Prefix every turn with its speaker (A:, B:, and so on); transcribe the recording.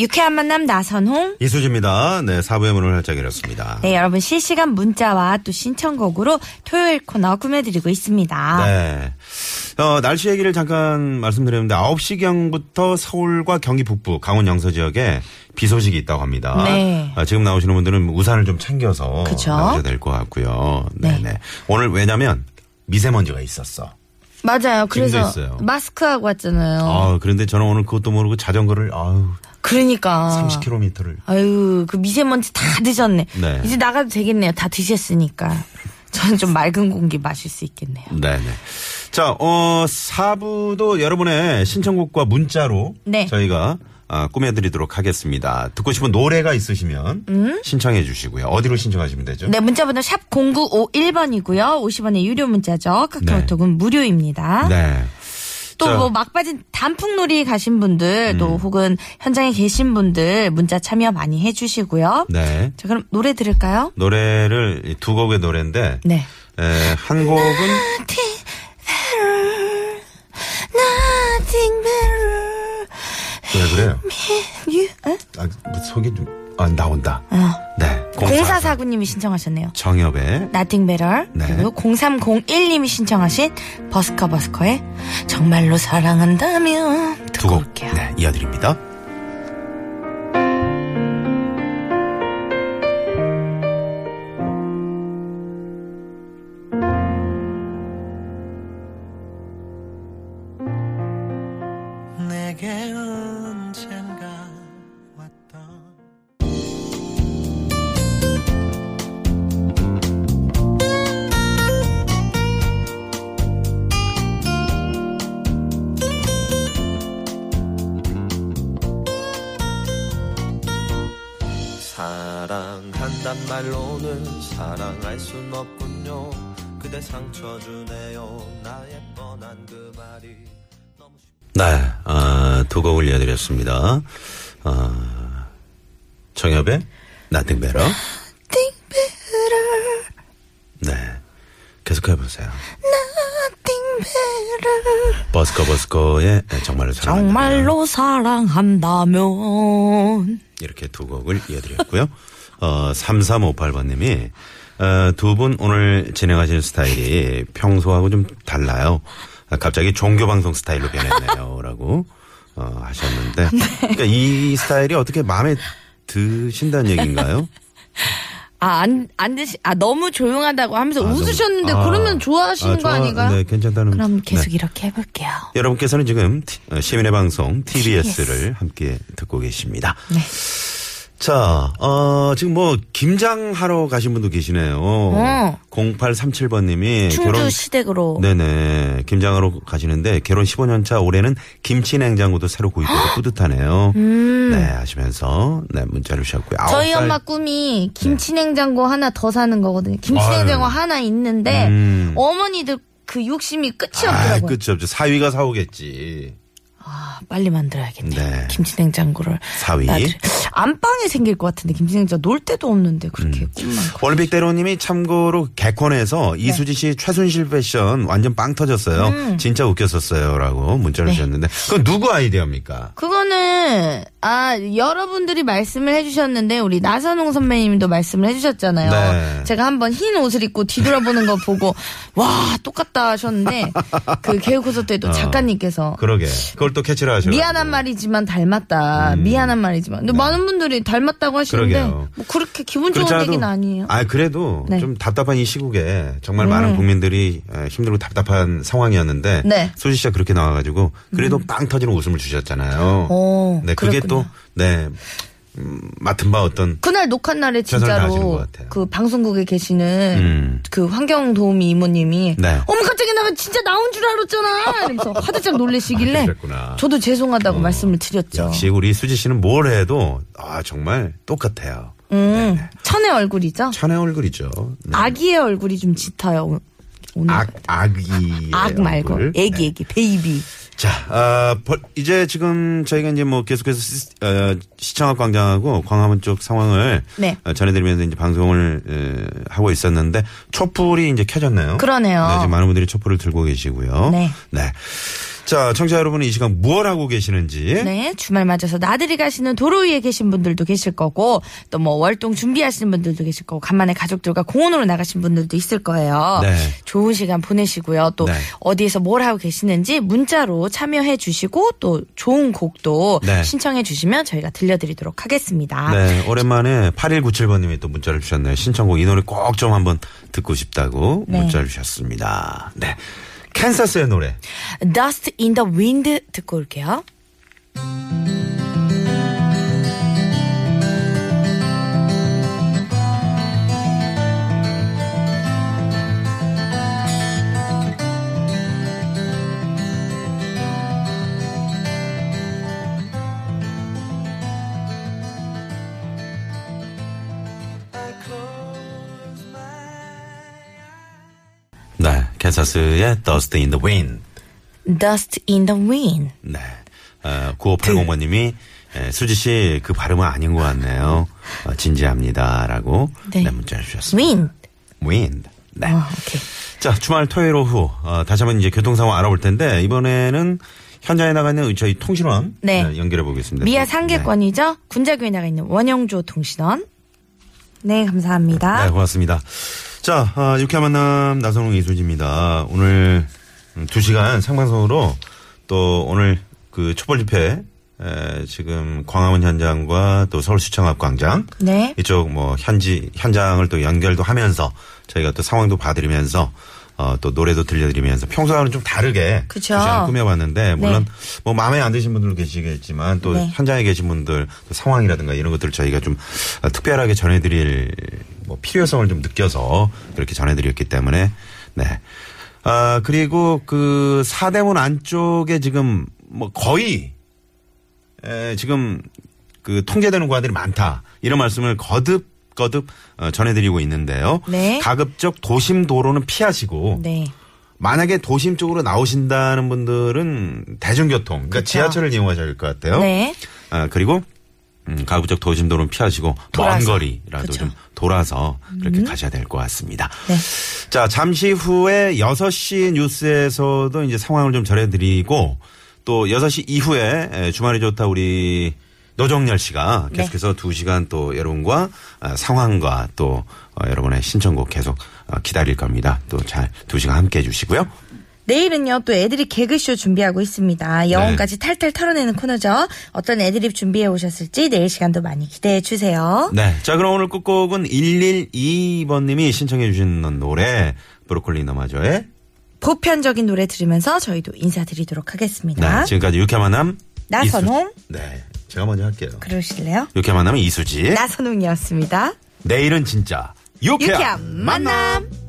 A: 유쾌한 만남 나선홍.
B: 이수지입니다. 네, 사부의 문을 활짝 열었습니다.
A: 네, 여러분 실시간 문자와 또 신청곡으로 토요일 코너 꾸며드리고 있습니다.
B: 네. 어, 날씨 얘기를 잠깐 말씀드렸는데 9시경부터 서울과 경기 북부, 강원 영서 지역에 비 소식이 있다고 합니다.
A: 네.
B: 아, 지금 나오시는 분들은 우산을 좀 챙겨서
A: 그쵸?
B: 나오셔야 될 것 같고요.
A: 네.
B: 네, 네. 오늘 왜냐면 미세먼지가 있었어.
A: 맞아요. 그래서
B: 있어요.
A: 마스크하고 왔잖아요.
B: 아, 그런데 저는 오늘 그것도 모르고 자전거를 아유,
A: 그러니까.
B: 30km를
A: 아유, 그 미세먼지 다 드셨네.
B: 네.
A: 이제 나가도 되겠네요. 다 드셨으니까. 저는 좀 맑은 공기 마실 수 있겠네요.
B: 네네. 자, 어, 사부도 여러분의 신청곡과 문자로
A: 네.
B: 저희가 아, 꾸며드리도록 하겠습니다. 듣고 싶은 노래가 있으시면 신청해 주시고요. 어디로 신청하시면 되죠?
A: 음? 네, 문자번호 샵 0951번이고요. 50원의 유료 문자죠. 카카오톡은 무료입니다.
B: 네.
A: 또
B: 자. 음.
A: 뭐 막빠진 단풍놀이 가신 분들 또 혹은 현장에 계신 분들 문자 참여 많이 해주시고요.
B: 네.
A: 자 그럼 노래 들을까요?
B: 노래를 이두 곡의 노래인데
A: 네.
B: 에, 한 곡은
A: Nothing better
B: 왜 그래요?
A: than you. 에?
B: 아, 뭐 속이 좀 아, 나온다.
A: 어.
B: 네. 0449.
A: 0449님이 신청하셨네요.
B: 정엽의
A: Nothing better.
B: 네.
A: 그리고 0301님이 신청하신 버스커 버스커의 정말로 사랑한다면
B: 두
A: 듣고
B: 곡.
A: 올게요.
B: 네, 이어드립니다.
C: 내게 언젠가 왔던 사랑한단 말로는 사랑할 순 없군요 그대 상처 주네요 나의 뻔한 그 말이 너무 쉽...
B: 네, 아, 두 곡을 이어드렸습니다. 아, 정엽의 Nothing Better. 네, 계속 해보세요. 버스커 버스커의 네, 정말로 사랑한다.
A: 정말로 사랑한다면
B: 이렇게 두 곡을 이어드렸고요. 어, 3358번님이 어, 두분 오늘 진행하시는 스타일이 평소하고 좀 달라요. 아, 갑자기 종교방송 스타일로 변했네요. 라고 어, 하셨는데.
A: 네.
B: 그러니까 이 스타일이 어떻게 마음에 드신다는 얘기인가요?
A: 아안안 드시 아 너무 조용하다고 하면서
B: 아,
A: 웃으셨는데
B: 너무- 아,
A: 그러면 좋아하시는
B: 아,
A: 거
B: 좋아-
A: 아닌가요?
B: 네, 괜찮다는.
A: 그럼 계속
B: 네.
A: 이렇게 해볼게요.
B: 여러분께서는 지금 티- 어, 시민의 방송 TBS를 함께 듣고 계십니다.
A: 네.
B: 자, 어, 지금 뭐, 김장하러 가신 분도 계시네요. 0837번님이
A: 어. 충주 시댁으로
B: 네, 네네. 김장하러 가시는데 결혼 15년 차 올해는 김치 냉장고도 새로 구입해서 뿌듯하네요. 네 하시면서 네 문자를 주셨고요. 아홉
A: 음. 저희
B: 살-
A: 엄마 꿈이 김치냉장고 하나 더 사는 거거든요. 김치냉장고
B: 아유.
A: 하나 있는데
B: 음.
A: 어머니들 그 욕심이 끝이
B: 아,
A: 없더라고요.
B: 끝이 없죠. 사위가 사오겠지.
A: 아, 빨리 만들어야겠네요.
B: 네.
A: 김치냉장고를
B: 사위.
A: 나들- 안방에 생길 것 같은데 김치냉장고 놀 데도 없는데 그렇게
B: 음.
A: 꿈만 꿔.
B: 올림픽 대로님이 참고로 개콘에서
A: 네.
B: 이수지 씨 최순실 패션 완전 빵 터졌어요.
A: 음.
B: 진짜 웃겼었어요라고
A: 네.
B: 문자를 주셨는데 그건 누구 아이디어입니까?
A: 그거는 아 여러분들이 말씀을 해주셨는데 우리 나선홍 선배님도 말씀을 해주셨잖아요.
B: 네.
A: 제가 한번 흰 옷을 입고 뒤돌아보는 거 보고 와 똑같다 하셨는데 그 개그콘서트
B: 어.
A: 때도 작가님께서
B: 그러게. 그걸 또 캐치를 하셔.
A: 미안한 말이지만 닮았다. 미안한 말이지만 근데 많은 분들이 닮았다고 하시는데
B: 음. 네. 그러게요.
A: 뭐 그렇게 기분 좋은
B: 그렇지 않아도-
A: 얘기는 아니에요.
B: 아, 그래도
A: 네. 음.
B: 좀 답답한 이 시국에 정말 많은 국민들이 에, 힘들고 답답한 상황이었는데
A: 네.
B: 소지 씨가 그렇게 나와가지고 그래도 빵 터지는 웃음을 주셨잖아요.
A: 오,
B: 네, 그게
A: 그랬군요.
B: 또네 음, 맡은 바 어떤
A: 그날 녹한 날에
B: 최선을 다하시는 것
A: 진짜로
B: 같아요.
A: 그 방송국에 계시는
B: 음.
A: 그 환경 도우미 이모님이
B: 네.
A: 어머 갑자기 나가 진짜 나온 줄 알았잖아 이러면서 화들짝
B: 아,
A: 놀래시길래
B: 그랬구나. 어,
A: 그렇죠. 저도 죄송하다고 말씀을 드렸죠.
B: 역시 우리 수지 씨는 뭘 해도 아 정말 똑같아요.
A: 음, 천의 얼굴이죠?
B: 천의 얼굴이죠. 네.
A: 아기의 얼굴이 좀 짙어요, 오- 오늘.
B: 악, 악이.
A: 악 말고. 예.
B: 네.
A: 애기, 애기, 베이비.
B: 자, 아, 벌- 이제 지금 저희가 이제 뭐 계속해서 시, 청학 광장하고 광화문 쪽 상황을
A: 네.
B: 어, 전해드리면서 이제 방송을 에, 하고 있었는데 촛불이 이제 켜졌네요.
A: 그러네요.
B: 네, 지금 많은 분들이 촛불을 들고 계시고요.
A: 네.
B: 자, 청취자 여러분은 이 시간 무엇 하고 계시는지
A: 네, 주말 맞아서 나들이 가시는 도로 위에 계신 분들도 계실 거고, 또 뭐 월동 준비하시는 분들도 계실 거고, 간만에 가족들과 공원으로 나가신 분들도 있을 거예요.
B: 네.
A: 좋은 시간 보내시고요. 또
B: 네.
A: 어디에서 뭘 하고 계시는지 문자로 참여해 주시고, 또 좋은 곡도
B: 네.
A: 신청해 주시면 저희가 들려드리도록 하겠습니다.
B: 네, 오랜만에 8197번님이 또 문자를 주셨네요. 신청곡 이 노래 꼭 좀 한번 듣고 싶다고
A: 네.
B: 문자를 주셨습니다. 네. 캔사스의 노래.
A: Dust in the Wind 듣고 올게요.
B: 네, 캔사스의 Dust in the Wind.
A: Dust in the Wind.
B: 네. 어,
A: 그
B: 9580번님이 수지 씨 그 발음은 아닌 것 같네요. 어, 진지합니다라고
A: 네.
B: 네. 문자 주셨습니다.
A: Wind.
B: Wind. 네.
A: 어, 오케이.
B: 자 주말 토요일 오후 어, 다시 한번 이제 교통 상황 알아볼 텐데 이번에는 현장에 나가 있는 저희 통신원
A: 네.
B: 연결해 보겠습니다.
A: 미아 상계권이죠? 군자교에 나가 있는 원영조 통신원. 네,
B: 네. 네,
A: 감사합니다.
B: 고맙습니다. 자 어, 유쾌한 만남 나선홍 이수지입니다. 오늘 음, 두 시간 생방송으로 또 오늘 그 촛불 집회 에, 지금 광화문 현장과 또 서울시청 앞 광장
A: 네.
B: 이쪽 뭐 현지 현장을 또 연결도 하면서 저희가 또 상황도 봐드리면서 어, 또 노래도 들려드리면서 평소와는 좀 다르게
A: 그쵸.
B: 두 시간 꾸며봤는데 물론
A: 네.
B: 뭐 마음에 안 드신 분들도 계시겠지만 또
A: 네.
B: 현장에 계신 분들 또 상황이라든가 이런 것들 을 저희가 좀 어, 특별하게 전해드릴 뭐 필요성을 좀 느껴서 그렇게 전해드렸기 때문에 네. 아 그리고 그 사대문 안쪽에 지금 뭐 거의 에, 지금 그 통제되는 과들이 많다 이런 말씀을 거듭 거듭 어, 전해드리고 있는데요.
A: 네.
B: 가급적 도심 도로는 피하시고
A: 네.
B: 만약에 도심 쪽으로 나오신다는 분들은 대중교통, 그러니까 지하철을 이용하셔야 될 것 같아요.
A: 그렇죠. 네.
B: 아, 그리고 음, 가급적 도심 도로는 피하시고 먼
A: 돌아서. 그쵸.
B: 거리라도
A: 음.
B: 좀 돌아서 그렇게 가셔야 될 것 같습니다.
A: 네.
B: 자, 잠시 후에 6시 뉴스에서도 이제 상황을 좀 전해드리고 또 6시 이후에 에, 주말이 좋다 우리 노정열 씨가
A: 네.
B: 계속해서 두 2시간 또 여러분과 아, 상황과 또 어, 여러분의 신청곡 계속 어, 기다릴 겁니다. 또 잘 2시간 함께 해주시고요.
A: 내일은요, 또 애드립 개그쇼 준비하고 있습니다. 영혼까지 탈탈 털어내는 코너죠. 어떤 애드립 준비해 오셨을지 내일 시간도 많이 기대해 주세요.
B: 네. 자, 그럼 오늘 끝곡은 112번님이 신청해 주신 노래 브로콜리 너마저의
A: 보편적인 노래 들으면서 저희도 인사드리도록 하겠습니다.
B: 네, 지금까지 유쾌 만남
A: 나선홍.
B: 이수- 네. 제가 먼저 할게요.
A: 그러실래요?
B: 유쾌 만남은 이수지.
A: 나선홍이었습니다.
B: 내일은 진짜 유쾌한
A: 유쾌한 만남.
B: 만남.